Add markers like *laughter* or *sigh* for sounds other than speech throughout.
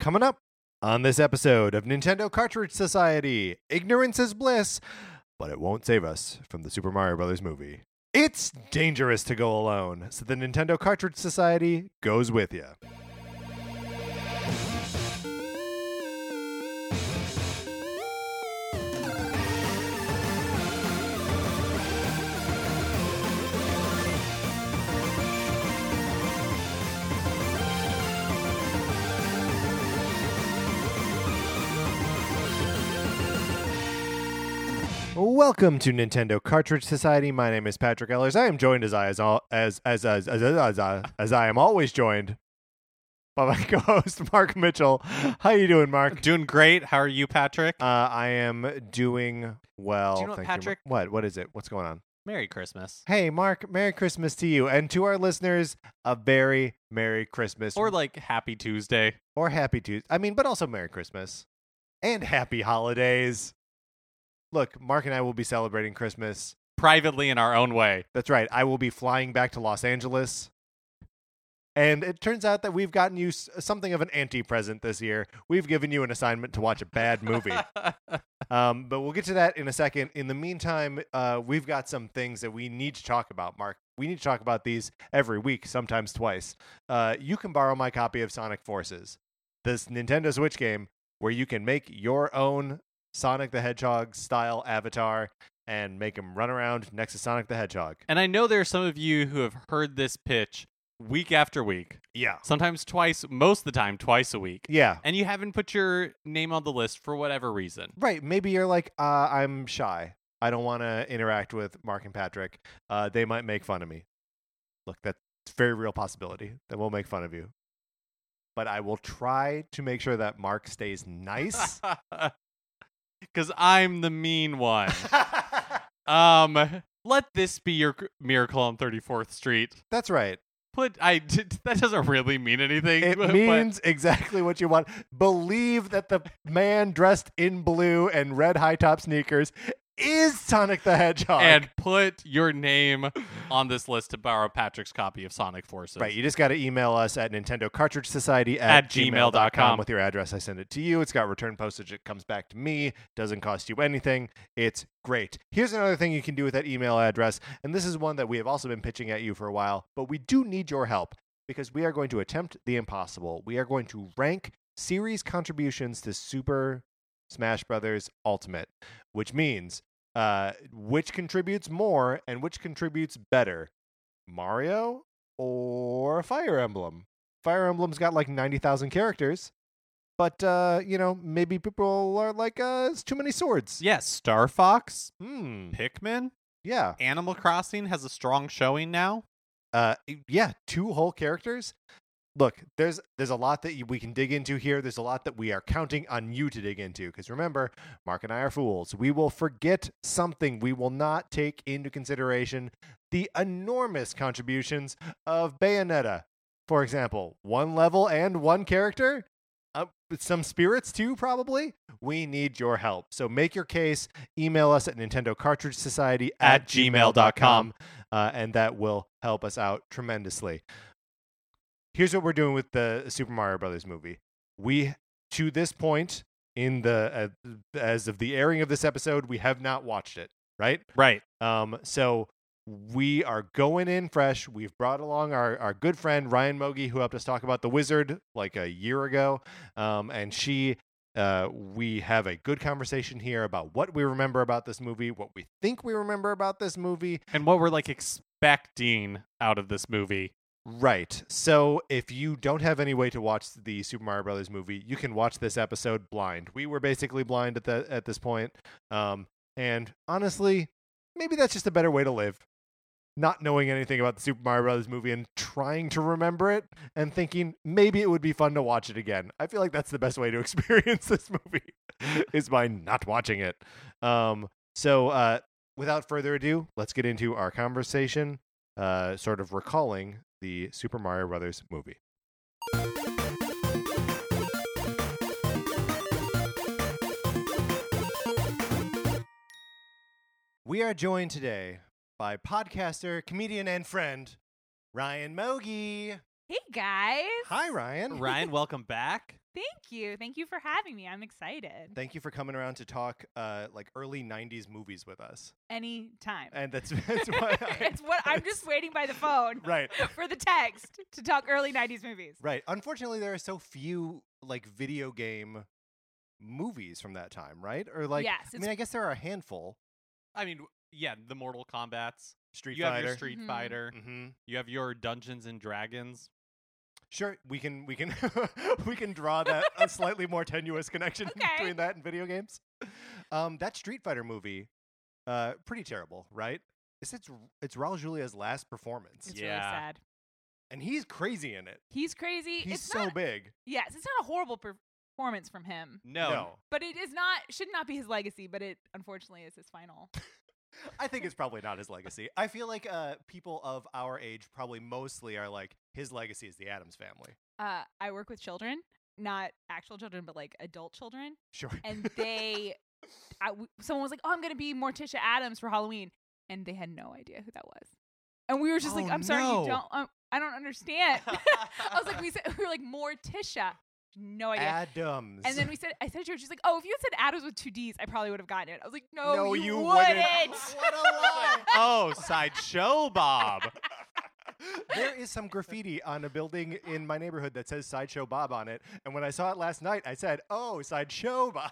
Coming up on this episode of Nintendo Cartridge Society, ignorance is bliss, but it won't save us from the Super Mario Brothers movie. It's dangerous to go alone, so the Nintendo Cartridge Society goes with you. Welcome to Nintendo Cartridge Society. My name is Patrick Ellers. I am joined as I as all, as, as as as as as I- as I am always joined by my *laughs* co-host Mark Mitchell. How you doing, Mark? Doing great. How are you, Patrick? Uh, I am doing well. Do you know what, thank Patrick? You. What? What is it? What's going on? Merry Christmas. Hey, Mark. Merry Christmas to you and to our listeners. A very Merry Christmas Or like Happy Tuesday. or Happy Tuesday. I mean, but also Merry Christmas and Happy Holidays. Look, Mark and I will be celebrating Christmas. Privately in our own way. That's right. I will be flying back to Los Angeles. And it turns out that we've gotten you s- something of an anti present this year. We've given you an assignment to watch a bad *laughs* movie. um, but we'll get to that in a second. In the meantime, uh, we've got some things that we need to talk about, Mark. We need to talk about these every week, sometimes twice. Uh, you can borrow my copy of Sonic Forces, this Nintendo Switch game where you can make your own Sonic the Hedgehog style avatar and make him run around next to Sonic the Hedgehog. and I know there are some of you who have heard this pitch week after week, Yeah. sometimes twice, most of the time, twice a week. Yeah. And you haven't put your name on the list for whatever reason. *laughs* Right. Maybe you're like, uh, I'm shy. I don't want to interact with Mark and Patrick. Uh, they might make fun of me. Look, that's a very real possibility. They will make fun of you. But I will try to make sure that Mark stays *laughs* nice. Because I'm the mean one. um, let this be your miracle on 34th Street. that's right. Put I *laughs* that doesn't really mean anything. It but- means exactly what you want. Believe that the man dressed in blue and red high top sneakers is Sonic the Hedgehog. and put your name on this list to borrow Patrick's copy of Sonic Forces. Right. You just got to email us at Nintendo Cartridge Society At gmail dot com. with your address. I send it to you. It's got return postage. It comes back to me. Doesn't cost you anything. It's great. Here's another thing you can do with that email address. And this is one that we have also been pitching at you for a while, but we do need your help because we are going to attempt the impossible. We are going to rank series contributions to Super Smash Brothers Ultimate, which means uh, which contributes more and which contributes better. Mario or Fire Emblem. Fire Emblem's got like 90,000 characters, but uh, you know, maybe people are like uh it's too many swords. Yes, Star Fox, Hmm. Pikmin, Yeah. Animal Crossing has a strong showing now. Uh yeah, two whole characters. Look, there's there's a lot that you- we can dig into here. There's a lot that we are counting on you to dig into because remember, Mark and I are fools. We will forget something. We will not take into consideration the enormous contributions of Bayonetta. For example, one level and one character, uh, with some spirits too, probably. We need your help. So make your case. Email us at Nintendo Cartridge Society At gmail.com. uh, and that will help us out tremendously. Here's what we're doing with the Super Mario Brothers movie. We, to this point, in the uh, as of the airing of this episode, we have not watched it. Right. Right. Um, so we are going in fresh. We've brought along our, our good friend Ryan Mogi, who helped us talk about The Wizard like a year ago. Um, and she, uh, we have a good conversation here about what we remember about this movie, what we think we remember about this movie. And what we're like expecting out of this movie. Right. So if you don't have any way to watch the Super Mario Brothers movie, you can watch this episode blind. We were basically blind at the at this point. Um, and honestly, maybe that's just a better way to live. Not knowing anything about the Super Mario Brothers movie and trying to remember it and thinking maybe it would be fun to watch it again. I feel like that's the best way to *laughs* experience this movie is by not watching it. Um, so uh, without further ado, let's get into our conversation, uh, sort of recalling the Super Mario Brothers movie. We are joined today by podcaster, comedian, and friend Ryan Mogi. Hey guys. Hi, Ryan. *laughs* Ryan, welcome back. Thank you. Thank you for having me. I'm excited. Thank you for coming around to talk uh, like early 90s movies with us. Any time. And *laughs* that's, that's why I, *laughs* it's what I'm just waiting by the phone right. *laughs* for the text to talk early 90s movies. Right. Unfortunately, there are so few like video game movies from that time, right? Or like, Yes, I it's- mean, I guess there are a handful. I mean, yeah, the Mortal Kombat's. Street you have Fighter. your Street Mhm. Fighter. Mm. hmm You have your Dungeons and Dragons. Sure, we can we can *laughs* we can draw that a slightly more tenuous connection *laughs* *laughs* Okay. between that and video games. Um, that Street Fighter movie, uh, pretty terrible, right? It's it's it's Raul Julia's last performance, It's really Yeah. sad. and he's crazy in it. He's crazy. He's it's so not, big. Yes, it's not a horrible performance from him. No. No, But it is not should not be his legacy, but it unfortunately is his final. I think it's probably not his legacy. I feel like uh, people of our age probably mostly are like his legacy is the Adams Family. Uh I work with children, not actual children, but like adult children, Sure. *laughs* and *laughs* they I w someone was like, "Oh, I'm going to be Morticia Adams for Halloween." And they had no idea who that was. And we were just Oh, like, "I'm sorry, no. you don't um, I *laughs* don't understand." *laughs* I was like, "We said *laughs* we were like Morticia." No idea. Adams. And then we said, I said to her, she's like, oh, if you had said Adams with two D's, I probably would have gotten it. I was like, no, you, wouldn't. *laughs* what a lie. oh, sideshow *laughs* Bob. there is some graffiti on a building in my neighborhood that says Sideshow Bob on it. And when I saw it last night, I said, Oh, Sideshow *laughs* Bob.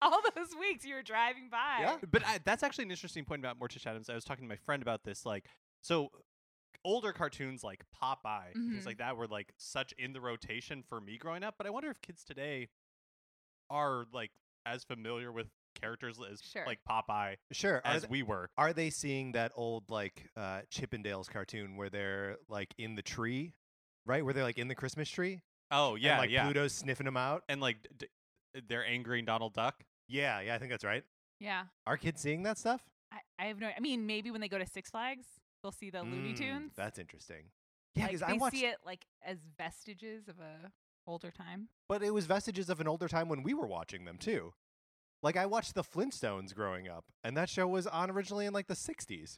All those weeks you were driving by. Yeah. *laughs* But I, that's actually an interesting point about Morticia Adams. I was talking to my friend about this. Like, so older cartoons like Popeye, Mhm. things like that, were like such in the rotation for me growing up. But I wonder if kids today are like as familiar with characters as Sure. like Popeye sure. Are, as th- we were. are they seeing that old, like, uh, Chippendales cartoon where they're, like, in the tree? Right? Where they're, like, in the Christmas tree? Oh yeah, And, like, yeah. Pluto's sniffing them out? And like d- d- they're angering Donald Duck. Yeah, yeah, I think that's right. Yeah. Are kids seeing that stuff? I, I have no I mean, maybe when they go to Six Flags, they'll see the Looney Mm, Tunes. That's interesting. Yeah, like, because they I watched, see it like as vestiges of a older time. but it was vestiges of an older time when we were watching them too. Like I watched the Flintstones growing up, and that show was on originally in like the '60s.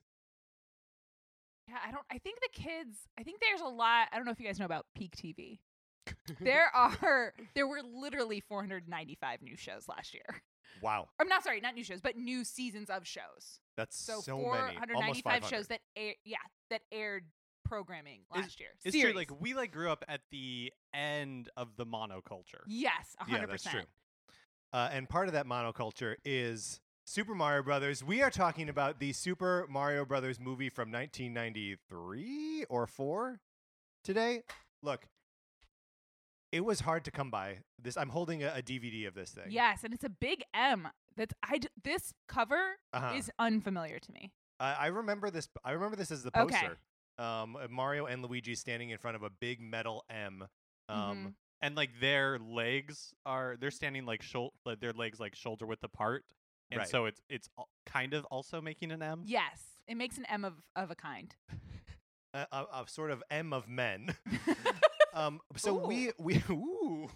Yeah, I don't I think the kids I think there's a lot I don't know if you guys know about peak TV. Mm-hmm. there are *laughs* there were literally 495 new shows last year. *laughs* Wow, I'm not sorry, not new shows, but new seasons of shows. that's so, so, many, almost 495 shows 500. that air, yeah that aired programming It's- last year. It's Series. true. Like we like grew up at the end of the monoculture. yes, 100%. yeah, that's true. Uh, and part of that monoculture is Super Mario Brothers. We are talking about the Super Mario Brothers movie from 1993 or four today. Look, it was hard to come by. This I'm holding a, a DVD of this thing. Yes, and it's a big M. That's I d- this cover Uh-huh. is unfamiliar to me. I I remember this. I remember this as the Okay. poster. Um, uh, Mario and Luigi standing in front of a big metal M. Um, Mhm. and like their legs are they're standing like shoulder their legs like shoulder width apart and Right. so it's it's al- kind of also making an Mm. m Yes, it makes an M of of a kind. a, a, a sort uh, of M of men. *laughs* um, so we we *laughs* ooh,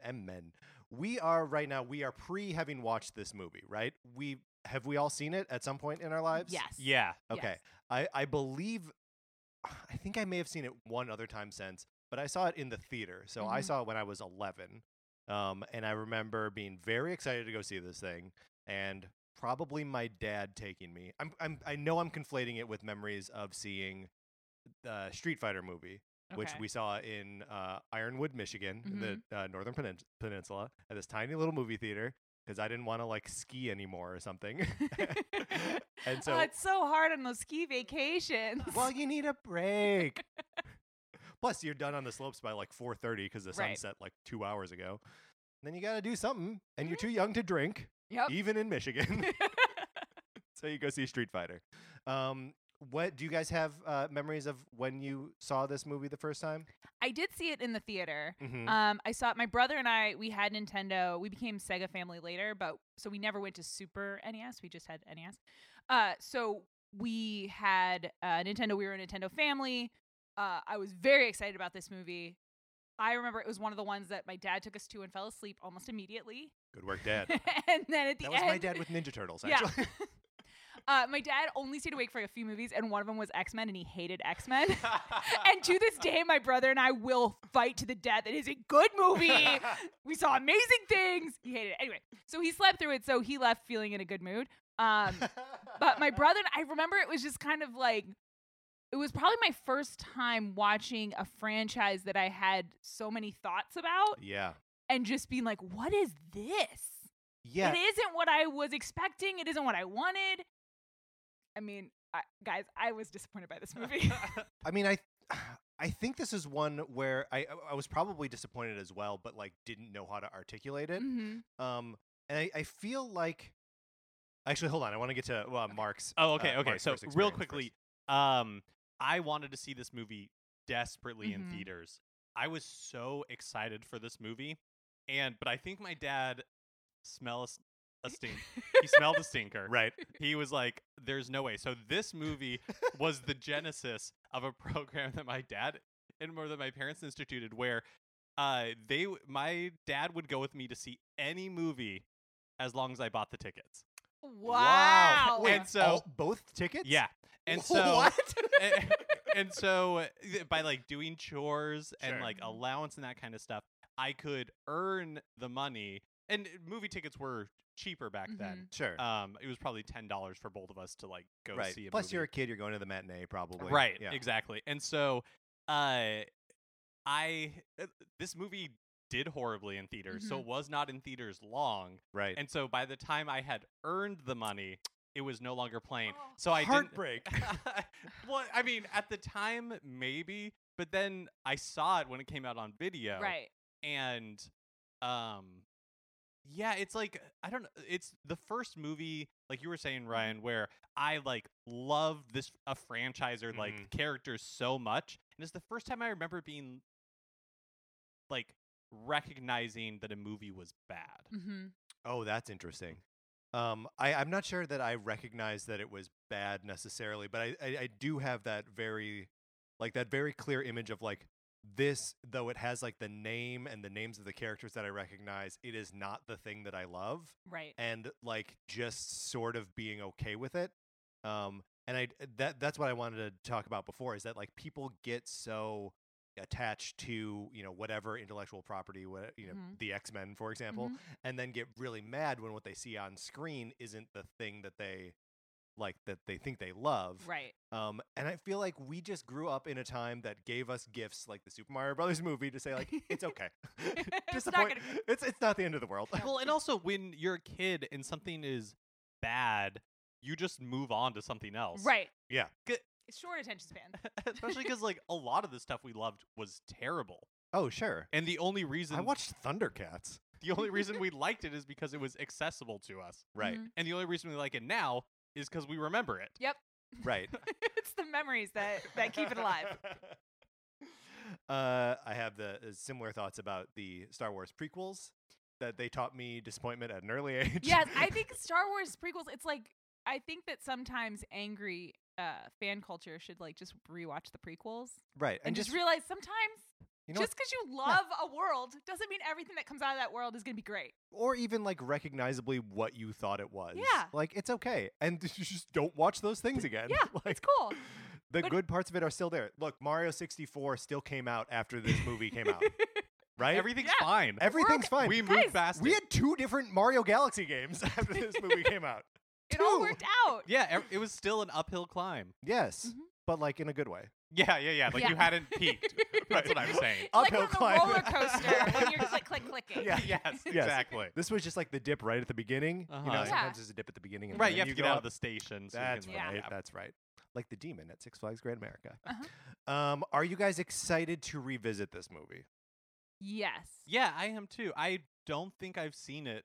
M men. We are right now. We are pre having watched this movie, right? We have we all seen it at some point in our lives. Yes. yeah Yes. Okay. I I believe. I think I may have seen it one other time since, but I saw it in the theater. So I Mhm. saw it when I was 11. Um, and I remember being very excited to go see this thing and probably my dad taking me. I'm, I'm, I know I'm conflating it with memories of seeing the Street Fighter movie, which Okay. we saw in uh, Ironwood, Michigan, in Mhm. the uh, Northern Penin- Peninsula at this tiny little movie theater because I didn't want to like ski anymore or something. *laughs* *laughs* and so oh, it's so hard on those ski vacations. *laughs* well, you need a break. Plus, you're done on the slopes by like 4:30 because the sun Right. set like two hours ago. Then you got to do something, and you're Mhm. too young to drink, yep. even in Michigan. *laughs* *laughs* so you go see Street Fighter. Um, what do you guys have uh, memories of when you saw this movie the first time? I did see it in the theater. Mm-hmm. Um, I saw it. My brother and I we had Nintendo. We became Sega family later, but so we never went to Super NES. We just had NES. Uh, so we had uh, Nintendo. We were a Nintendo family. Uh, I was very excited about this movie. I remember it was one of the ones that my dad took us to and fell asleep almost immediately. Good work, Dad. and then at *laughs* the that end, was my dad with Ninja Turtles. Yeah. Actually, Uh, my dad only stayed awake for a few movies, and one of them was X Men, and he hated X Men. *laughs* and to this day, my brother and I will fight to the death. It is a good *laughs* movie. we saw amazing things. He hated it anyway. So he slept through it. So he left feeling in a good mood. Um, *laughs* but my brother and I remember it was just kind of like it was probably my first time watching a franchise that I had so many thoughts about yeah. and just being like, what is this? Yeah. It isn't what I was expecting. It isn't what I wanted. I mean, I, guys, I was disappointed by this *laughs* movie. *laughs* I mean, I *sighs* I think this is one where I I was probably disappointed as well, but like didn't know how to articulate it. Mhm. Mm. Um, and I, I feel like actually, hold on, I want to get to uh, *laughs* Mark's. Oh, okay, uh, okay. Mark's So first real experience quickly, um, I wanted to see this movie desperately Mhm. Mm-hmm. in theaters. I was so excited for this movie, and but I think my dad smells a stink. *laughs* he smelled a stinker. first. *laughs* right? He was like, "There's no way." So this movie was the genesis of a program that my dad and more that my parents instituted, where uh, they w- my dad would go with me to see any movie as long as I bought the tickets. Wow. Wait, And so- all- both tickets? *laughs* Yeah, *laughs* and so *laughs* what? and, and so uh, th- by like doing chores and Sure. like allowance and that kind of stuff, I could earn the money. And movie tickets were cheaper back then. sure. Um, it was probably ten dollars for both of us to like go Mm-hmm. right. see a Plus, movie. you're a kid. You're going to the matinee, probably. right, Yeah. exactly. And so, uh, I uh, this movie did horribly in theaters, so Mhm. it Mm-hmm. was not in theaters long. right. And so by the time I had earned the money, it was no longer playing. So I didn't. Oh, heartbreak. *laughs* well, I mean, at the time, maybe, but then I saw it when it came out on *laughs* video, Right. And, um, yeah, it's like I don't know. It's the first movie, like you were Mm-hmm. saying, Ryan, where I like loved this a franchise or like Mhm. characters so much, and it's the first time I remember being like recognizing that a movie was bad. *laughs* Mhm. Oh, that's interesting. Um, I, I'm not sure that I recognize that it was bad necessarily, but I, I, I do have that very, like that very clear image of like this, though it has like the name and the names of the characters that I recognize, it is not the thing that I love, Right. and *laughs* like just sort of being okay with it. Um, and I that that's what I wanted to talk about before is that like people get so attached to you know whatever intellectual property, what you know Mhm. the X Men for example, Mhm. and then get really mad when what they see on screen isn't the thing that they like that they think they love. Right. Um, and I feel like we just grew up in a time that gave us gifts like the Super Mario Brothers *laughs* movie to say *laughs* like it's okay. *laughs* It's not Disappoint- gonna be- it's it's not the end of the world. Well, and also when you're a kid and something is bad, you just move on to *laughs* something else. *laughs* Right. Yeah. Good. It's short attention span. *laughs* Especially because like a lot of the stuff we loved was terrible, oh sure. and the only reason I watched Thundercats. the only *laughs* reason we liked it is because it was accessible to us, *laughs* Right. Mhm. and the only reason we like it now is because we remember it. Right. *laughs* it's the memories *laughs* that that keep it alive. *laughs* uh, I have the uh, similar thoughts about the Star Wars prequels that they taught me disappointment at an early *laughs* age. yes, I think Star Wars prequels. It's like I think that sometimes angry uh, fan culture should like just rewatch the prequels right. and, just, realize sometimes you know, just because you love a world doesn't mean everything that comes out of that world is gonna be great. or even like recognizably what you thought it was. Yeah. Like it's okay. And *laughs* you just don't watch those things again. Yeah, *laughs* like It's cool. the but- good parts of it are still there. Look, Mario 64 still came out after this movie came out. Right? Everything's Yeah. fine. Everything's fine. we We, moved Guys, fast. we had two different Mario Galaxy games *laughs* after this movie came out. It all Two. worked out. *laughs* yeah, ev- it was still an uphill climb. Yes. Mhm. But like in a good way. Yeah, yeah, yeah. Like Yeah. you hadn't peaked. *laughs* That's what Right. I'm *laughs* saying. It's like Uphill on the climb. roller coaster when you're just like click *laughs* clicking. Yeah. *laughs* Yes, exactly. This was just like the dip right at the beginning. You know, Uh-huh. Yeah. sometimes there's a dip at the beginning. And Right, then you have to get go out up. of the station. So you That's can, Yeah. right. like, That's right. Like the demon at Six Flags Great America. *laughs* Uh-huh. Um, are you guys excited to revisit this movie? Yes. Yeah, I am too. I don't think I've seen it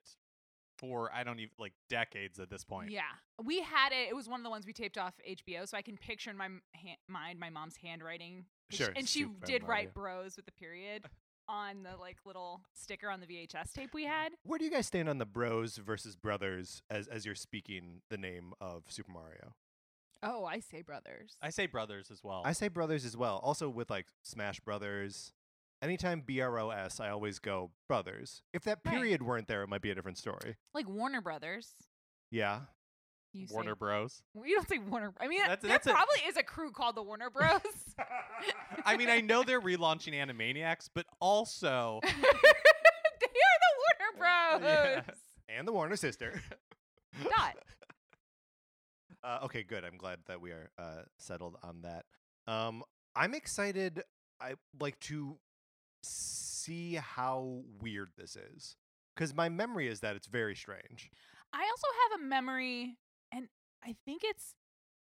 for I don't even like decades at this point. Yeah, we had it. It was one of the ones we taped off HBO, so I can picture in my m- ha- mind my mom's handwriting. And she- Sure, and she super did write Mario. "bros" with the period on the like little sticker on the VHS tape we had. Where do you guys stand on the bros versus brothers as as you're speaking the name of Super Mario? Oh, I say brothers. I say brothers as well. I say brothers as well. Also with like Smash Brothers. Anytime B R O S, I always go brothers. If that Right. period weren't there, it might be a different story. *laughs* like Warner Brothers. Yeah. You say- Warner *laughs* Bros. Well, You don't say Warner. I mean, That's- there that's a- probably is a crew called *laughs* the Warner Bros. *laughs* I mean, I know they're relaunching Animaniacs, but also they are the Warner Bros. *laughs* Yeah. and the Warner sister. *laughs* Dot. *laughs* Uh, okay, good. I'm glad that we are uh, settled on that. Um, I'm excited. I like to see how weird this is because my memory is that it's very strange. I also have a memory, and I think it's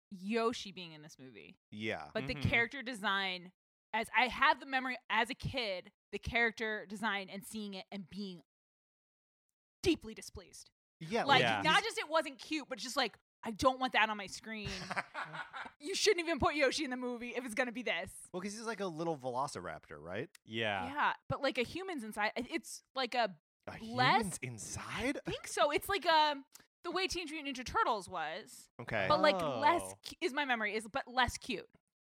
Yoshi being in this movie, Yeah, but Mhm. the character design, as I have the memory as a kid, the character design and seeing it and being deeply displeased. yeah. Like, Yeah. not just it wasn't cute, but just like, I don't want that on my *laughs* screen. you shouldn't even put Yoshi in the movie if it's going to be this. *laughs* well, because he's like a little Velociraptor, right? yeah, Yeah, but like a human's inside, it- it's like a A Less- humans inside. think so. It's like um the way Teenage Mutant Ninja Turtles was, Okay. but like less Oh. cu- is my memory is, but less cute.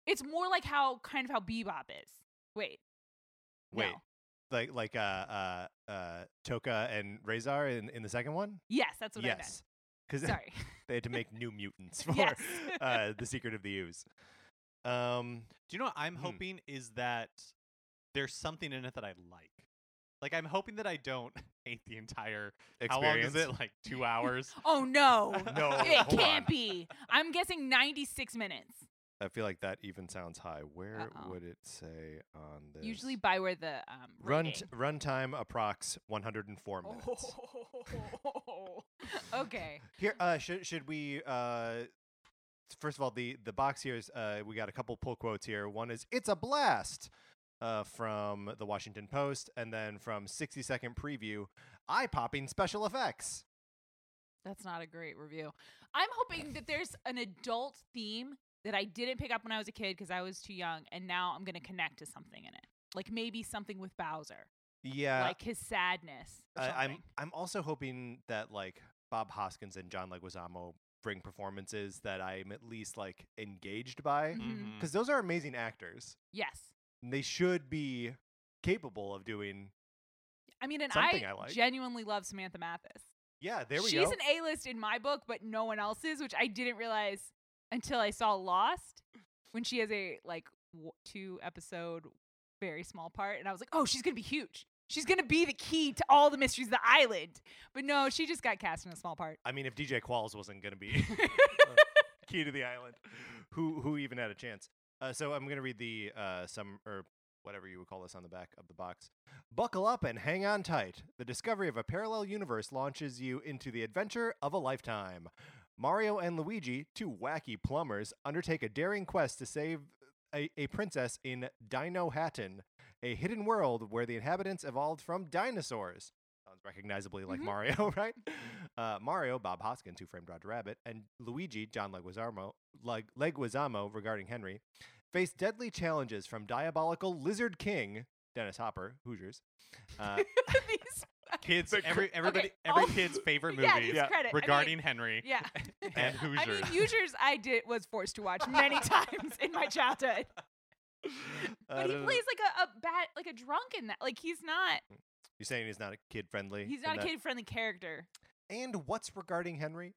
It's more like how kind of how Bebop is. Wait, Wait, no. like like uh uh uh Toka and Razor in in the second one. yes, that's what yes, I meant. *laughs* because Sorry, they had to make new mutants *laughs* for Yes. uh, the Secret of the Ooze. Um, Do you know what I'm Hmm. hoping is that there's something in it that I like. Like I'm hoping that I don't *laughs* hate the entire. experience. How long is it? Like two *laughs* hours. oh no, *laughs* No, *laughs* it hold on. can't be. I'm guessing ninety six minutes, I feel like that even sounds high. Where Uh-oh. would it say on this? usually by where the um run t- rating. run time approx 104 minutes. Oh. *laughs* okay. Here, uh, should should we? Uh, first of all, the the box here is uh, we got a couple pull quotes here. One is "It's a blast." Uh, from the Washington Post, and then from 60 Second Preview, eye popping special effects. That's not a great review. I'm hoping that there's an adult theme that I didn't pick up when I was a kid because I was too young, and now I'm going to connect to something in it. Like maybe something with Bowser, Yeah, like his sadness. Or Uh, I, I'm something. I'm also hoping that like Bob Hoskins and John Leguizamo bring performances that I'm at least like engaged by Mhm. Mhm. because those are amazing actors. Yes. And they should be capable of doing. I mean, and Something I, I like. genuinely love Samantha Mathis. Yeah, there we She's go. an A list in my book, but no one else's, which I didn't realize until I saw Lost when she has a like w- two episode very small part, and I was like, oh, she's gonna be huge. She's gonna be the key to all the mysteries of the island. But no, she just got cast in a small part. *laughs* I mean, if DJ Qualls wasn't going to be key to the island, who who even had a chance? Uh, so I'm going to read the uh, some or whatever you would call this on the back of the box. Buckle up and hang on tight. The discovery of a parallel universe launches you into the adventure of a lifetime. Mario and Luigi, two wacky plumbers, undertake a daring quest to save a, a princess in Dino Hatton, a hidden world where the inhabitants evolved from dinosaurs. Sounds recognizably like Mhm. Mario, *laughs* right? Mm-hmm. Uh, Mario, Bob Hoskins, who framed Roger Rabbit, and Luigi, John Leguizamo, Leg- Leguizamo regarding Henry, face deadly challenges from diabolical Lizard King, Dennis Hopper, *laughs* Hoosiers. Uh, These- Kids, The cr- every everybody, every *laughs* all- kid's favorite movie yeah, these Yeah. credit. I mean, regarding Henry yeah. and I *laughs* Hoosier. mean, Hoosiers, I did was forced to watch *laughs* many times in my childhood. I But he don't know. plays like a, a bat, like a drunk in that. Like he's not, You're saying he's not a kid friendly? he's not a kid friendly character. And what's regarding Henry?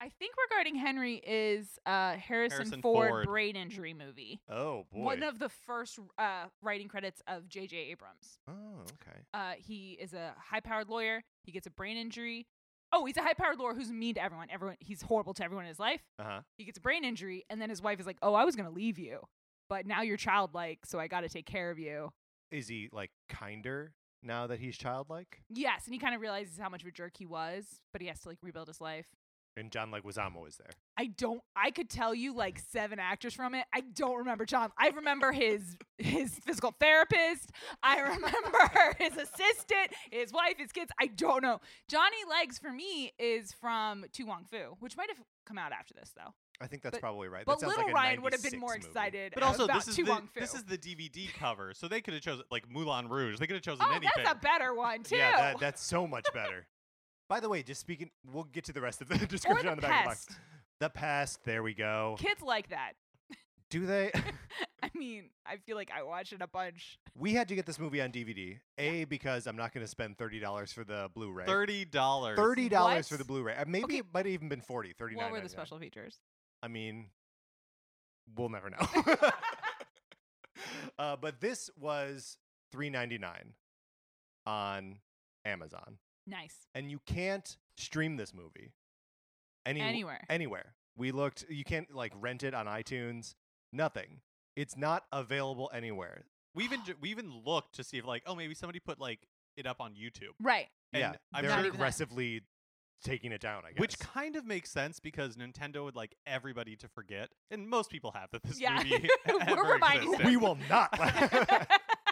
I think regarding Henry is uh, Harrison, Harrison Ford, Ford. brain injury movie. Oh boy. One of the first uh, writing credits of J.J. Abrams. oh okay. Uh, he is a high-powered lawyer. He gets a brain injury. Oh, he's a high-powered lawyer who's mean to everyone. Everyone, he's horrible to everyone in his life. Uh huh. He gets a brain injury, and then his wife is like, "Oh, I was gonna leave you, but now you're childlike, so I got to take care of you." Is he like kinder now that he's childlike? Yes, and he kind of realizes how much of a jerk he was, but he has to like rebuild his life. And John Leguizamo is there. I don't. I could tell you like seven actors from it. I don't remember John. I remember his his physical therapist. I remember *laughs* his assistant, his wife, his kids. I don't know. Johnny Legs for me is from Tu Wong Fu, which might have come out after this though. I think that's But- probably right. But that sounds Little like a Ryan would have 96 been more movie. excited. but also, about this is Tu the, Wong Fu. this is the DVD cover, so they could have chosen like Moulin Rouge. *laughs* They could have chosen oh, anything. that's a better one too. Yeah, that, that's so much better. By the way, just speaking, we'll get to the *laughs* rest of the or description the on the back of the box. pest. The past. There we go. Kids like that. *laughs* Do they? *laughs* I mean, I feel like I watched it a bunch. we had to get this movie on DVD. A because I'm not going to spend thirty dollars for the Blu-ray. Thirty dollars. Thirty dollars for What? the Blu-ray. Uh, Maybe Okay. it might have even been forty. Thirty nine. What were the special features? I mean, we'll never *laughs* know. *laughs* uh, but this was three ninety nine on Amazon, Nice. and you can't stream this movie any Anywhere. anywhere. We looked. You can't like rent it on iTunes. Nothing. It's not available anywhere. We even ju- we even looked to see if like oh maybe somebody put like it up on YouTube. Right. *laughs* *laughs* And yeah, I'm they're not sure, even- aggressively taking it down. I guess. which kind of makes sense because Nintendo would like everybody to forget, and most people have that this Yeah. movie. *laughs* We're ever reminding existed. *laughs* them. we will not *laughs*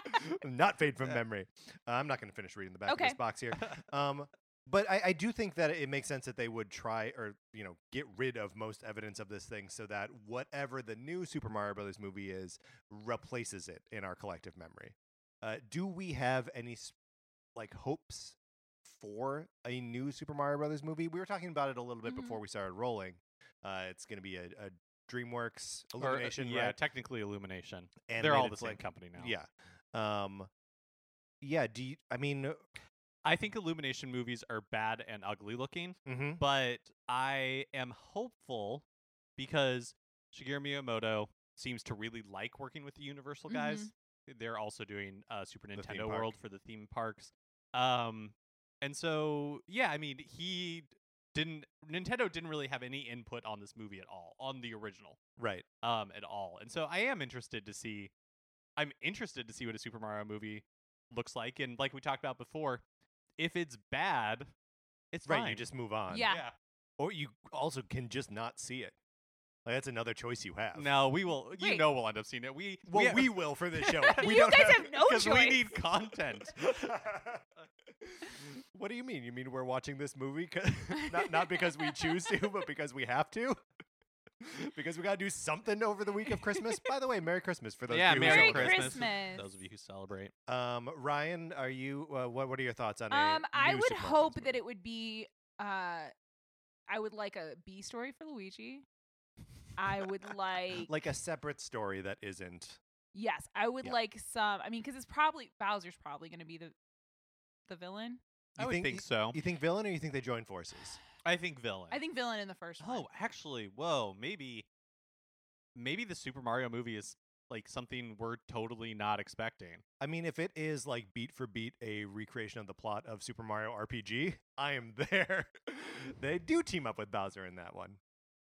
*laughs* not fade from memory. Uh, I'm not going to finish reading the back of Okay. this *laughs* box here. Um, but I, I do think that it makes sense that they would try or you know get rid of most evidence of this thing so that whatever the new Super Mario Brothers movie is replaces it in our collective memory. Uh, do we have any s- like hopes for a new Super Mario Brothers movie? We were talking about it a little bit Mm-hmm. Mhm. before we started rolling. Uh, it's going to be a, a DreamWorks Or, uh, Illumination, yeah, right? technically Illumination. They're all Animated the same flick. company now. Yeah. Um yeah, do you, I mean uh, I think Illumination movies are bad and ugly looking, hmm but I am hopeful because Shigeru Miyamoto seems to really like working with the Universal guys. They're also doing uh, Super Mm-hmm. The theme Nintendo World park. for the theme parks. Um, and so, yeah, I mean, he didn't, Nintendo didn't really have any input on this movie at all, on the original right. um, at all. And so I am interested to see. I'm interested to see what a Super Mario movie looks like, and like we talked about before, if it's bad, it's Right, fine. you just move on. Yeah. Or you also can just not see it. Like that's another choice you have. No, we will. You Wait. know, we'll end up seeing it. We Well, we we, *laughs* will for *laughs* this show. we you don't guys have no choice. because we need content. what do you mean? You mean we're watching this movie 'cause- *laughs* not not because we choose to, but because we have to? because we got to do something over the week of Christmas. By the way, Merry Christmas *laughs* for those yeah, of you who Merry celebrate. Christmas. Christmas. Those of you who celebrate, Um, Ryan, are you? Uh, what What are your thoughts on? a Um, I new would Super Mario Bros. hope movie? that it would be. Uh, I would like a B story for Luigi. I would like, like a separate story that isn't. yes, I would Yeah. like some. I mean, because it's probably Bowser's probably going to be the the villain. I You would think, y- so. You think villain or you think they join forces? I think villain. I think villain in the first one. Oh, actually, whoa, maybe, maybe the Super Mario movie is like something we're totally not expecting. I mean, if it is like beat for beat a recreation of the plot of Super Mario RPG, I am *laughs* there. they do team up with Bowser in that one.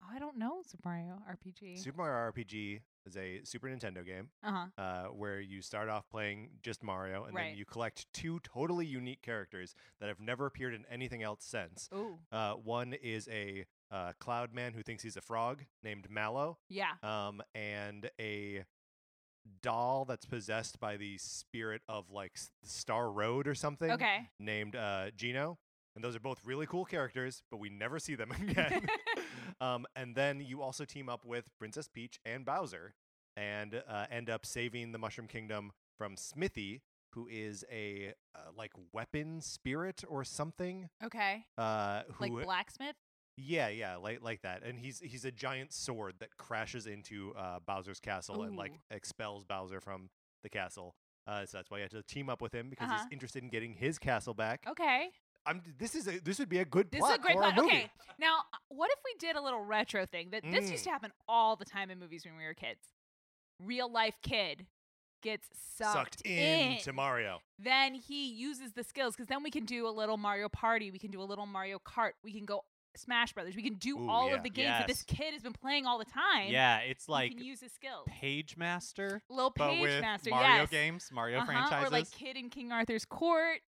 I don't know Super Mario RPG. Super Mario RPG is a Super Nintendo game uh huh. uh, where you start off playing just Mario and Right. then you collect two totally unique characters that have never appeared in anything else since. Oh, Uh, one is a uh, cloud man who thinks he's a frog named Mallow, yeah. um, and a doll that's possessed by the spirit of like S- Star Road or something Okay. named uh, Gino. And those are both really cool characters, but we never see them *laughs* again. um, and then you also team up with Princess Peach and Bowser and uh, end up saving the Mushroom Kingdom from Smithy, who is a uh, like weapon spirit or something. *laughs* Okay. Uh, who Like blacksmith. yeah, yeah, like like that. And he's he's a giant sword that crashes into uh, Bowser's castle and like Ooh. expels Bowser from the castle. Uh, so that's why you have to team up with him because Uh-huh. he's interested in getting his castle back. Okay. I'm this is a this would be a good This plot is a great for plot. movie. Okay, now uh, what if we did a little retro thing? That this used to happen all the time in movies when we were kids. Real life kid gets sucked, Sucked in. into Mario. then he uses the skills because then we can do a little Mario Party. We can do a little Mario Kart. We can go Smash Brothers. We can do Ooh, all yeah. of the games that this Yes. kid has been playing all the time. yeah, it's You like can use his skills. Page Master, Little but Page with Master, Mario yes. games, Mario uh-huh. franchises. Or like *laughs* Kid in King Arthur's Court.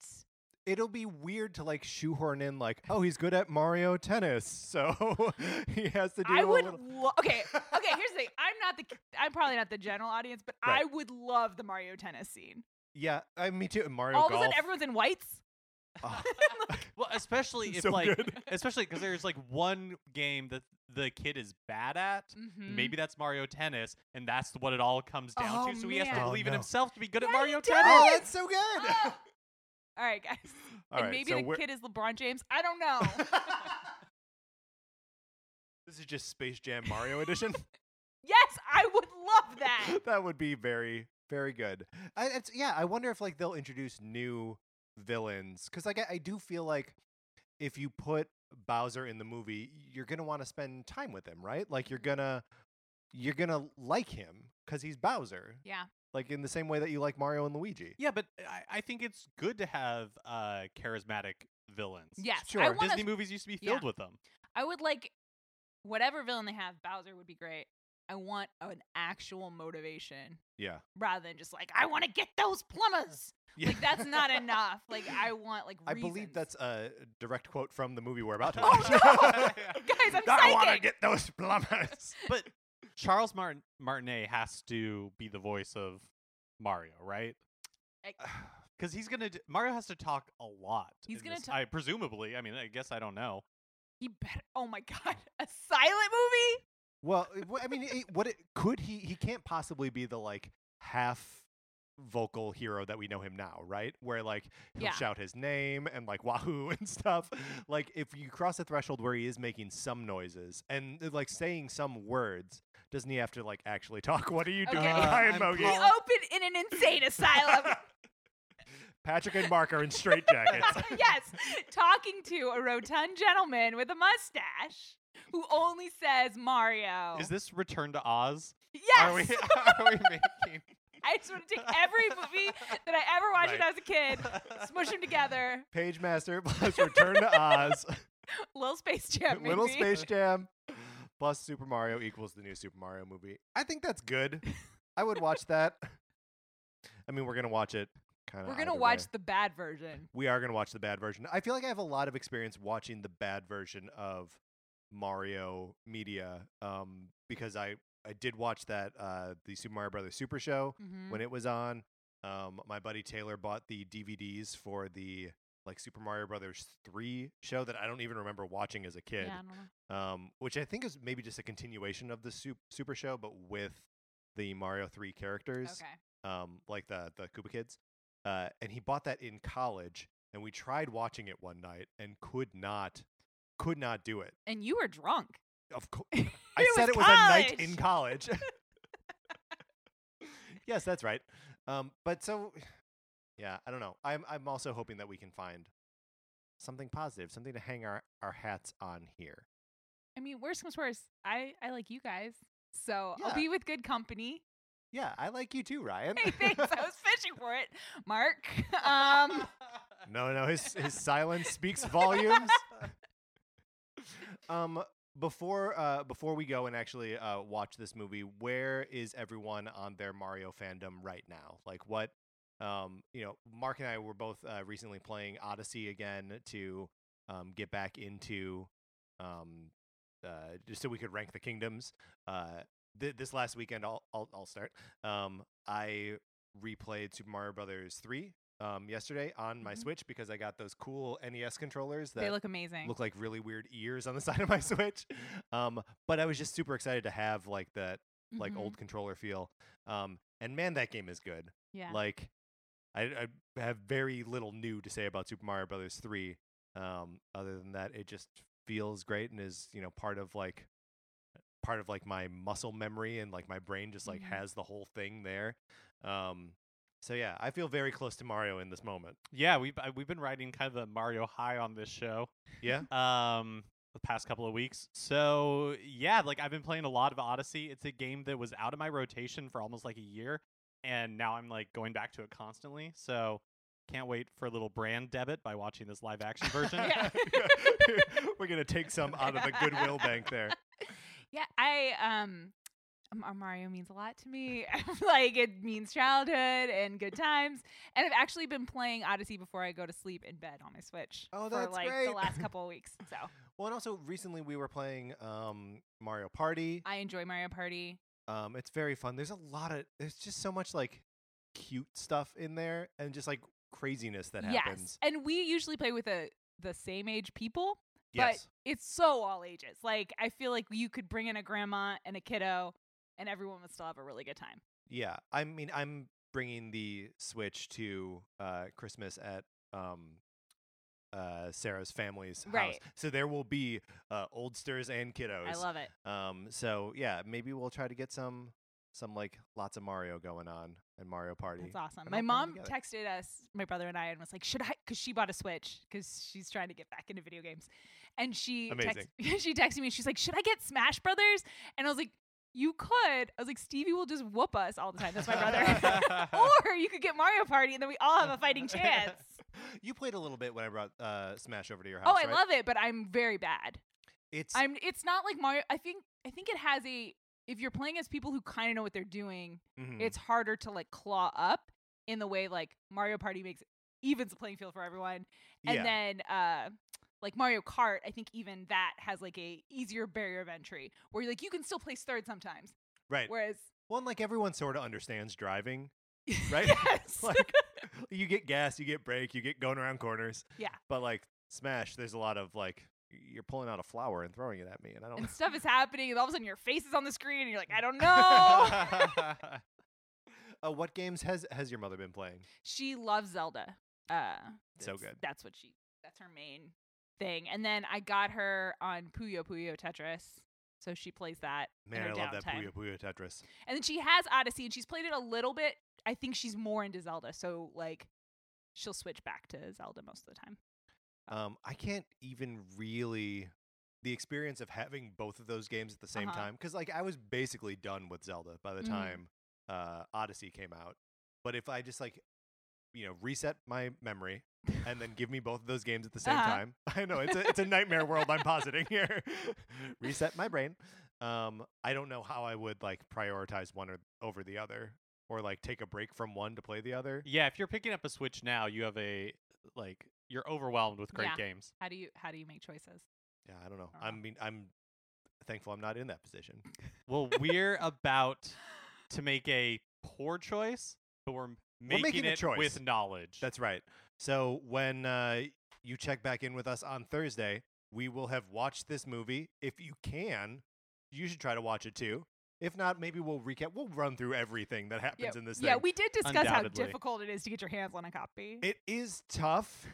It'll be weird to like shoehorn in like, oh, he's good at Mario tennis, so *laughs* he has to do. I a would little- lo- okay. Okay, here's the thing. I'm not the. I'm probably not the general audience, but Right. I would love the Mario tennis scene. *laughs* yeah, I, me too. and Mario All golf. of a sudden, everyone's in whites. Ah, well, especially if so like, good. especially because there's like one game that the kid is bad at. Mm-hmm. Maybe that's Mario Tennis, and that's what it all comes down Oh, to. So he has to man. Oh, believe in no. himself to be good at Yeah, he Mario does. Tennis. oh, that's so good. *laughs* Ah. All right, guys. All and right, maybe so the we're- kid is LeBron James. I *laughs* don't know. *laughs* this is just Space Jam Mario edition. Yes, I would love that. *laughs* that would be very very good I, it's, yeah i wonder if like they'll introduce new villains because like I, I do feel like if you put bowser in the movie you're gonna want to spend time with him right like you're gonna you're gonna like him because he's bowser Yeah. like in the same way that you like mario and luigi Yeah, but I, I think it's good to have uh, charismatic villains. Yes. I Sure. want Disney movies used to be yeah. filled with them. I would like whatever villain they have, Bowser would be great. I want an actual motivation yeah rather than just like I want to get those plumbers. yeah *laughs* Like that's not enough. Like I want like i reasons. believe that's a direct quote from the movie we're about to Oh, *laughs* watch *laughs* *laughs* no! Guys, I'm i want to psychic. get those *laughs* plumbers But Charles Martin Martinet has to be the voice of Mario, right? *sighs* Because he's gonna d- Mario has to talk a lot. He's in gonna this- ta- I presumably. I mean, I guess I don't know. he better. Oh my god, *laughs* a silent movie. Well, it- wh- I mean, it, what it, could he? He can't possibly be the like half vocal hero that we know him now, right? Where like he'll Yeah. shout his name and like wahoo *laughs* and stuff. Like if you cross the threshold where he is making some noises and uh, like saying some words, doesn't he have to like actually talk? *laughs* What are you doing, Okay. Uh, Ryan I'm Mogi? We Paul- open in an insane asylum. *laughs* *laughs* Patrick and Mark are in straitjackets. *laughs* yes, talking to a rotund gentleman with a mustache who only says Mario. Is this Return to Oz? Oh. yes, Are we? *laughs* Are we *laughs* making? *laughs* I just want to *laughs* take every movie that I ever watched when I was a kid, smush them together, Page Master *laughs* plus Return to Oz, little Space Jam *laughs* movie. Little Space Jam plus Super Mario equals the new Super Mario movie. I think that's good. I would watch that. I mean, we're gonna watch it. Kind of. We're gonna watch the bad version. We are gonna watch the bad version. I feel like I have a lot of experience watching the bad version of Mario media um, because I I did watch that uh, the Super Mario Brothers Super Show Mhm. when it was on. Um, my buddy Taylor bought the DVDs for the like Super Mario Brothers three show that I don't even remember watching as a kid Yeah, I don't know. um, which I think is maybe just a continuation of the Sup- Super Show, but with the Mario Three characters, Okay. um, like the the Koopa Kids. Uh, and he bought that in college, and we tried watching it one night and could not, could not do it. And you were drunk. *laughs* Of course, It I said it was a night in college. *laughs* yes, that's right. Um, but so, *sighs* yeah, I don't know. I'm I'm also hoping that we can find something positive, something to hang our, our hats on here. I mean, worse comes worse. I I like you guys, so Yeah. I'll be with *laughs* good company. *laughs* Yeah, I like you too, Ryan. Hey, thanks. I was fishing for it, Mark. Um, *laughs* No, no, his his silence speaks volumes. Um, before uh before we go and actually uh watch this movie, where is everyone on their Mario fandom right now? Like what? Um, you know, Mark and I were both uh, recently playing Odyssey again to um get back into um uh just so we could rank the kingdoms. Uh, th- this last weekend, I'll I'll, I'll start. Um, I replayed Super Mario Brothers three um yesterday on my Mhm. Switch because I got those cool NES controllers that they look amazing. look like really weird ears on the *laughs* side of my Switch. Um, but I was just super excited to have like that like Mhm. old controller feel. Um, and man, that game is good. Yeah. Like, I, I have very little new to say about Super Mario Brothers three. Um, other than that, it just feels great and is you know part of like part of like my muscle memory and like my brain just like Mhm. has the whole thing there. Um, so yeah, I feel very close to Mario in this moment. yeah, we've uh, we've been riding kind of the Mario high on this show. Yeah. *laughs* um the past couple of weeks. So yeah, like I've been playing a lot of Odyssey. It's a game that was out of my rotation for almost like a year, and now I'm like going back to it constantly. So can't wait for a little brand debit by watching this live *laughs* action version. *laughs* Yeah. We're gonna take some out of the goodwill bank *laughs* there. Yeah, I um um, uh, Mario means a lot to me. *laughs* like it means childhood and good times. And I've actually been playing Odyssey before I go to sleep in bed on my Switch Oh, for that's like the great. *laughs* last couple of weeks. So Well, and also recently we were playing um, Mario Party. I enjoy Mario Party. Um, it's very fun. There's a lot of there's just so much like cute stuff in there, and just like craziness that happens. Yes, and we usually play with the the same age people, Yes. but it's so all ages. Like I feel like you could bring in a grandma and a kiddo, and everyone would still have a really good time. Yeah. I mean, I'm bringing the Switch to uh, Christmas at um, uh, Sarah's family's house. Right. So there will be uh, oldsters and kiddos. I love it. Um, so yeah, maybe we'll try to get some some like lots of Mario going on and Mario Party. That's awesome. and My all put 'em mom together. texted us, my brother and I, and was like, "Should I?" Because she bought a Switch because she's trying to get back into video games, and she Amazing. Text, *laughs* she texted me. She's like, "Should I get Smash Brothers?" And I was like, "You could." I was like, "Stevie will just whoop us all the time." That's my *laughs* brother. *laughs* or you could get Mario Party, and then we all have a fighting chance. *gasps* You played a little bit when I brought uh, Smash over to your house. oh, I right? love it, but I'm very bad. it's I'm. It's not like Mario. I think. I think it has a. If you're playing as people who kind of know what they're doing, mhm. it's harder to like claw up in the way like Mario Party makes evens the playing field for everyone. And yeah. then uh like Mario Kart, I think even that has like a easier barrier of entry where you're like you can still place third sometimes. right. Whereas Well, and like everyone sort of understands *laughs* driving, right? *laughs* yes. like you get gas, you get brake, you get going around corners. Yeah. But like Smash, there's a lot of like you're pulling out a flower and throwing it at me, and I *laughs* don't. and stuff is happening and all of a sudden your face is on the screen and you're like, *laughs* I don't know. uh, what games has has your mother been playing? she loves Zelda. Uh So that's- good. That's what she that's her main thing. And then I got her on Puyo Puyo Tetris. So she plays that. in Man, her I love that downtime. Puyo Puyo Tetris. And then she has Odyssey, and she's played it a little bit. I think she's more into Zelda, so like she'll switch back to Zelda most of the time. Um, I can't even really the experience of having both of those games at the same Uh-huh. time because like I was basically done with Zelda by the Mhm. time uh, Odyssey came out. But if I just like you know reset my memory and then give me both of those games at the same Uh-huh. time, I know it's a it's a nightmare world I'm positing here. *laughs* reset my brain. Um, I don't know how I would like prioritize one or over the other, or like take a break from one to play the other. *laughs* yeah, if you're picking up a Switch now, you have a like you're overwhelmed with great Yeah. games. How do you how do you make choices? Yeah, I don't know. Uh-huh. I mean, I'm thankful I'm not in that position. Well, we're about to make a poor choice, but we're m- making, making a it choice. with knowledge. That's right. So when uh, you check back in with us on Thursday, we will have watched this movie. If you can, you should try to watch it too. If not, maybe we'll recap. We'll run through everything that happens in this yeah, thing. we did discuss how Undoubtedly. difficult it is to get your hands on a copy. it is tough.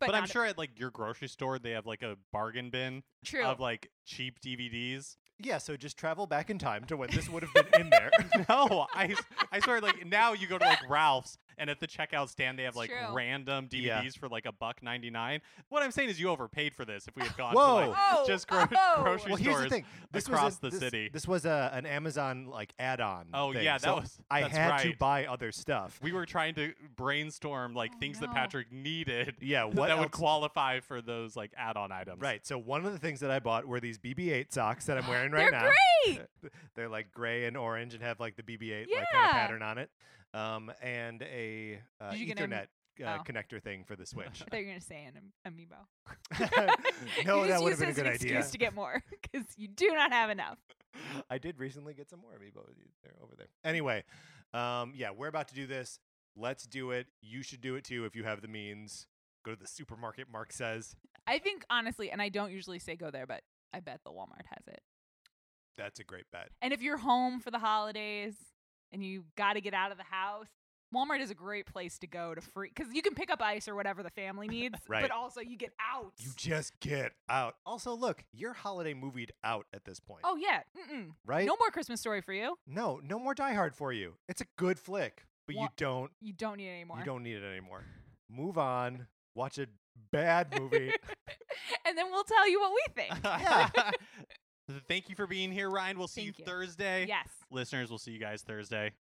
but but I'm not- sure at like your grocery store they have like a bargain bin true. of like cheap DVDs. Yeah, so just travel back in time to when this would have been in there. *laughs* no, I, s- I swear, like now you go to like Ralph's and at the checkout stand they have It's like true. random DVDs Yeah. for like a buck ninety nine. What I'm saying is you overpaid for this if we had gone to Whoa. like oh, just gro- oh. grocery well, here's the stores thing. This across was a- the this- city. This was a, an Amazon like add-on. Oh thing, yeah, that so was I that's had right. to buy other stuff. we were trying to brainstorm like Oh, things no. that Patrick needed Yeah, what that else- would qualify for those like add-on items. Right. So one of the things that I bought were these BB-8 socks that I'm *gasps* wearing right They're now. great. *laughs* They're like gray and orange and have like the BB-8 like kind Yeah. of pattern on it, um, and a uh, Did you get an- Ethernet uh, oh. connector thing for the *laughs* Switch. *laughs* I thought you were gonna say an am- amiibo. no, *laughs* you that just would have been a used it as an good idea. excuse to get more *laughs* because you do not have enough. *laughs* I did recently get some more amiibo. They're over there. Anyway, um, yeah, we're about to do this. Let's do it. You should do it too if you have the means. Go to the supermarket. Mark says I think honestly, and I don't usually say go there, but I bet the Walmart has it. that's a great bet. And if you're home for the holidays and you got to get out of the house, Walmart is a great place to go to free because you can pick up ice or whatever the *laughs* family needs, Right. but also you get out. You just get out. Also, look, you're holiday movied out at this point, oh yeah, Mm-mm. right? no more Christmas story for you. No, no more Die Hard for you. It's a good flick, but you Wha- don't You don't need it anymore. you don't need it anymore. Move on. Watch a bad movie. *laughs* and then we'll tell you what *laughs* we think. *laughs* Thank you for being here, Ryan. We'll see Thank you you. Thursday. yes. Listeners, we'll see you guys Thursday.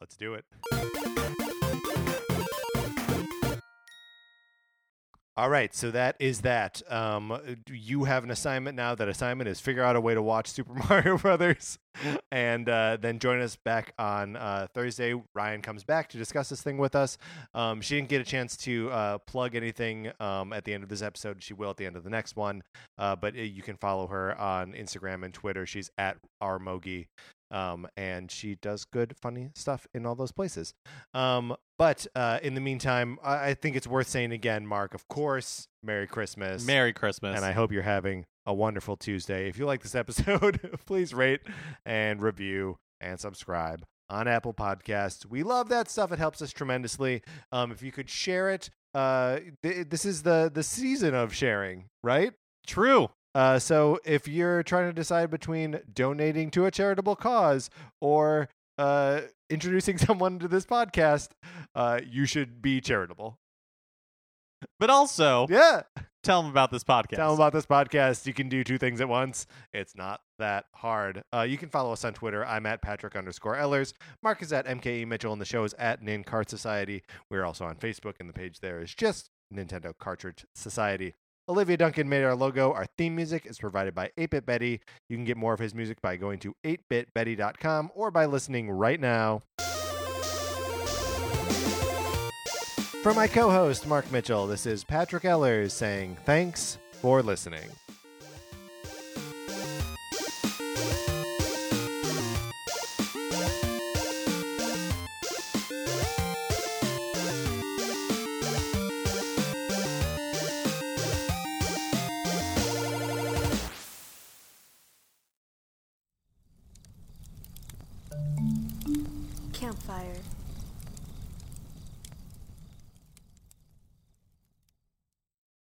Let's do it. All right, so that is that. Um, uh, d- you have an assignment now. That assignment is figure out a way to watch Super *laughs* Mario Brothers, and uh, then join us back on uh, Thursday. Ryan comes back to discuss this thing with us. Um, she didn't get a chance to uh, plug anything um, at the end of this episode. She will at the end of the next one. Uh, but uh, you can follow her on Instagram and Twitter. She's at rmogi um, and she does good, funny stuff in all those places. Um, but uh, in the meantime, I, I think it's worth saying again, Mark. Of course, Merry Christmas, Merry Christmas. and I hope you're having a wonderful Tuesday. If you like this *laughs* episode, please rate and review and subscribe on Apple Podcasts. We love that stuff; it helps us tremendously. Um, if you could share it uh, th- this is the the season of sharing, right? True. Uh, so if you're trying to decide between donating to a charitable cause or uh, introducing *laughs* someone to this podcast, uh, you should be charitable. But also, Yeah. tell them about this podcast. Tell them about this podcast. You can do two things at once. It's not that hard. Uh, you can follow us on Twitter. I'm at Patrick underscore Ellers. Mark is at MKE Mitchell, and the show is at Nin Cart Society. We're also on Facebook, and the page there is just Nintendo Cartridge Society. Olivia Duncan made our logo. Our theme music is provided by 8-Bit Betty. You can get more of his music by going to 8bitbetty.com or by listening right now. For my co-host, Mark Mitchell, this is Patrick Ellers saying thanks for listening. Campfire.